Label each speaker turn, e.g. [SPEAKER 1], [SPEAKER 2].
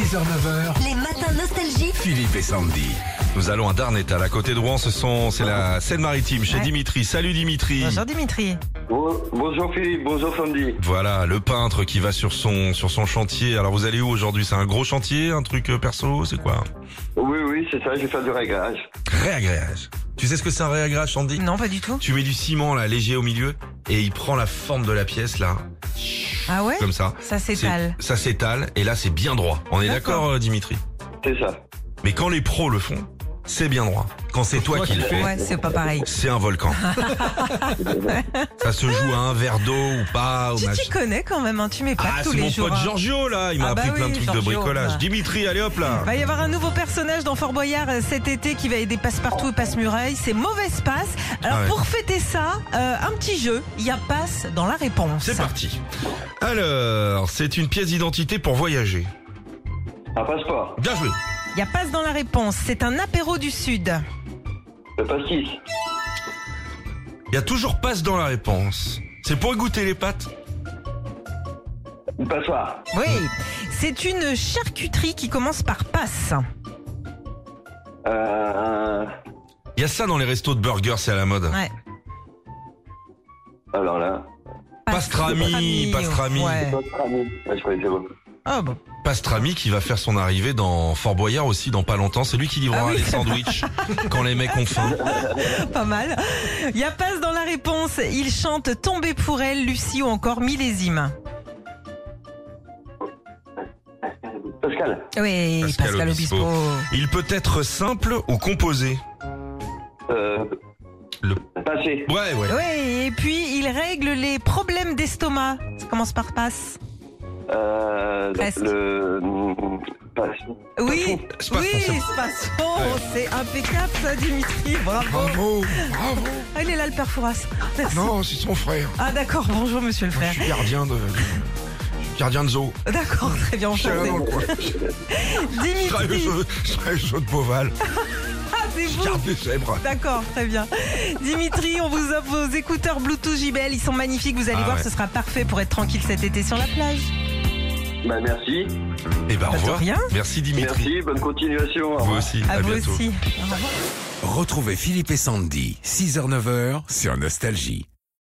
[SPEAKER 1] 6h-9h,
[SPEAKER 2] Les matins nostalgiques.
[SPEAKER 1] Philippe et Sandy.
[SPEAKER 3] Nous allons à Darnétal, à côté de Rouen, ce sont, c'est la Seine-Maritime, chez
[SPEAKER 4] Ouais.
[SPEAKER 3] Dimitri. Salut Dimitri.
[SPEAKER 4] Bonjour Dimitri.
[SPEAKER 5] Bon- bonjour Philippe, bonjour Sandy.
[SPEAKER 3] Voilà, le peintre qui va sur son, sur son chantier. Alors vous allez où aujourd'hui? C'est un gros chantier, un truc euh, perso, c'est quoi?
[SPEAKER 5] Oui, oui, c'est ça, j'ai fait du réglage.
[SPEAKER 3] Réagréage. Tu sais ce que c'est un réagrage, Sandy?
[SPEAKER 4] Non, pas du tout.
[SPEAKER 3] Tu mets du ciment, là, léger au milieu, et il prend la forme de la pièce, là,
[SPEAKER 4] Ah ouais
[SPEAKER 3] comme ça.
[SPEAKER 4] Ça
[SPEAKER 3] C'est-
[SPEAKER 4] s'étale.
[SPEAKER 3] Ça s'étale, et là, c'est bien droit. On est
[SPEAKER 4] D'accord.
[SPEAKER 3] d'accord, euh, Dimitri?
[SPEAKER 5] C'est ça.
[SPEAKER 3] Mais quand les pros le font, c'est bien droit. Quand c'est toi qui le fais,
[SPEAKER 4] Ouais, c'est pas pareil.
[SPEAKER 3] c'est un volcan. ça se joue à un verre d'eau ou pas. Ou
[SPEAKER 4] Tu
[SPEAKER 3] machin.
[SPEAKER 4] t'y connais quand même, hein, tu mets pas
[SPEAKER 3] Ah,
[SPEAKER 4] tous
[SPEAKER 3] c'est
[SPEAKER 4] les
[SPEAKER 3] mon
[SPEAKER 4] jours.
[SPEAKER 3] pote
[SPEAKER 4] hein.
[SPEAKER 3] Giorgio là, il m'a
[SPEAKER 4] Ah bah
[SPEAKER 3] appris plein
[SPEAKER 4] oui,
[SPEAKER 3] de trucs de
[SPEAKER 4] Giorgio,
[SPEAKER 3] bricolage.
[SPEAKER 4] bah.
[SPEAKER 3] Dimitri, allez hop là.
[SPEAKER 4] Va y avoir un nouveau personnage dans Fort Boyard euh, cet été qui va aider Passepartout et Passe-Muraille. C'est Mauvaise Passe. Alors
[SPEAKER 3] Ah ouais.
[SPEAKER 4] pour fêter ça, euh, un petit jeu. Il y a Passe dans la réponse.
[SPEAKER 3] C'est parti. Alors, c'est une pièce d'identité pour voyager.
[SPEAKER 5] Un passeport,
[SPEAKER 3] Bien joué.
[SPEAKER 4] Il y a Passe dans la réponse. C'est un apéro du Sud.
[SPEAKER 5] le pastis,
[SPEAKER 3] Il y a toujours passe dans la réponse. C'est pour goûter les pâtes
[SPEAKER 5] une passoire,
[SPEAKER 4] Oui. C'est une charcuterie qui commence par Passe.
[SPEAKER 5] euh, un-
[SPEAKER 3] Il y a ça dans les restos de burgers, c'est à la mode.
[SPEAKER 4] Ouais.
[SPEAKER 5] alors là,
[SPEAKER 3] Pastrami, pastrami.
[SPEAKER 4] ouais.
[SPEAKER 5] pastrami. Ouais, je connaissais pas.
[SPEAKER 4] Oh bon.
[SPEAKER 3] Pastrami qui va faire son arrivée dans Fort Boyard aussi dans pas longtemps. C'est lui qui livrera
[SPEAKER 4] Ah oui.
[SPEAKER 3] les sandwichs quand les mecs ont faim.
[SPEAKER 4] Pas mal. Il y a passe dans la réponse. Il chante Tomber pour elle, Lucie ou encore Millésime.
[SPEAKER 5] Pascal,
[SPEAKER 4] Oui,
[SPEAKER 3] Pascal
[SPEAKER 4] Pascal,
[SPEAKER 3] Obispo.
[SPEAKER 4] Obispo.
[SPEAKER 3] Il peut être simple ou composé.
[SPEAKER 5] euh,
[SPEAKER 3] Le-
[SPEAKER 5] passé,
[SPEAKER 3] Ouais, ouais.
[SPEAKER 4] Oui, et puis il règle les problèmes d'estomac. Ça commence par passe.
[SPEAKER 5] euh,
[SPEAKER 4] Presque.
[SPEAKER 5] le, mm, passe.
[SPEAKER 4] Oui,
[SPEAKER 3] Spasson,
[SPEAKER 4] oui,
[SPEAKER 3] c'est bon.
[SPEAKER 4] Spasson. Oh, C'est impeccable ça, Dimitri. Bravo.
[SPEAKER 6] Bravo, bravo.
[SPEAKER 4] Ah, Il est là, le père Fouras. Merci.
[SPEAKER 6] Non, c'est son frère.
[SPEAKER 4] Ah d'accord, bonjour monsieur le
[SPEAKER 6] Je
[SPEAKER 4] frère.
[SPEAKER 6] suis gardien de. je suis Gardien de zoo.
[SPEAKER 4] D'accord, très bien,
[SPEAKER 6] Je suis là
[SPEAKER 4] enchanté.
[SPEAKER 6] dans le coin. Je travaille
[SPEAKER 4] Dimitri,
[SPEAKER 6] au zoo- je travaille au zoo de Beauval.
[SPEAKER 4] ah, c'est
[SPEAKER 6] Je
[SPEAKER 4] vous
[SPEAKER 6] garde les zèbres.
[SPEAKER 4] D'accord, très bien. Dimitri, on vous offre vos écouteurs Bluetooth JBL. Ils sont magnifiques. Vous allez
[SPEAKER 3] Ah
[SPEAKER 4] voir,
[SPEAKER 3] ouais.
[SPEAKER 4] ce sera parfait pour être tranquille cet été sur la plage.
[SPEAKER 5] Bah, merci,
[SPEAKER 3] Et ben, au
[SPEAKER 4] Bah, de
[SPEAKER 3] revoir.
[SPEAKER 4] rien.
[SPEAKER 3] Merci Dimitri.
[SPEAKER 5] merci, bonne continuation. au
[SPEAKER 3] Vous
[SPEAKER 5] revoir.
[SPEAKER 3] aussi.
[SPEAKER 4] À, vous
[SPEAKER 3] bientôt.
[SPEAKER 4] aussi. Au revoir.
[SPEAKER 1] Retrouvez Philippe et Sandy, 6h-9h sur Nostalgie.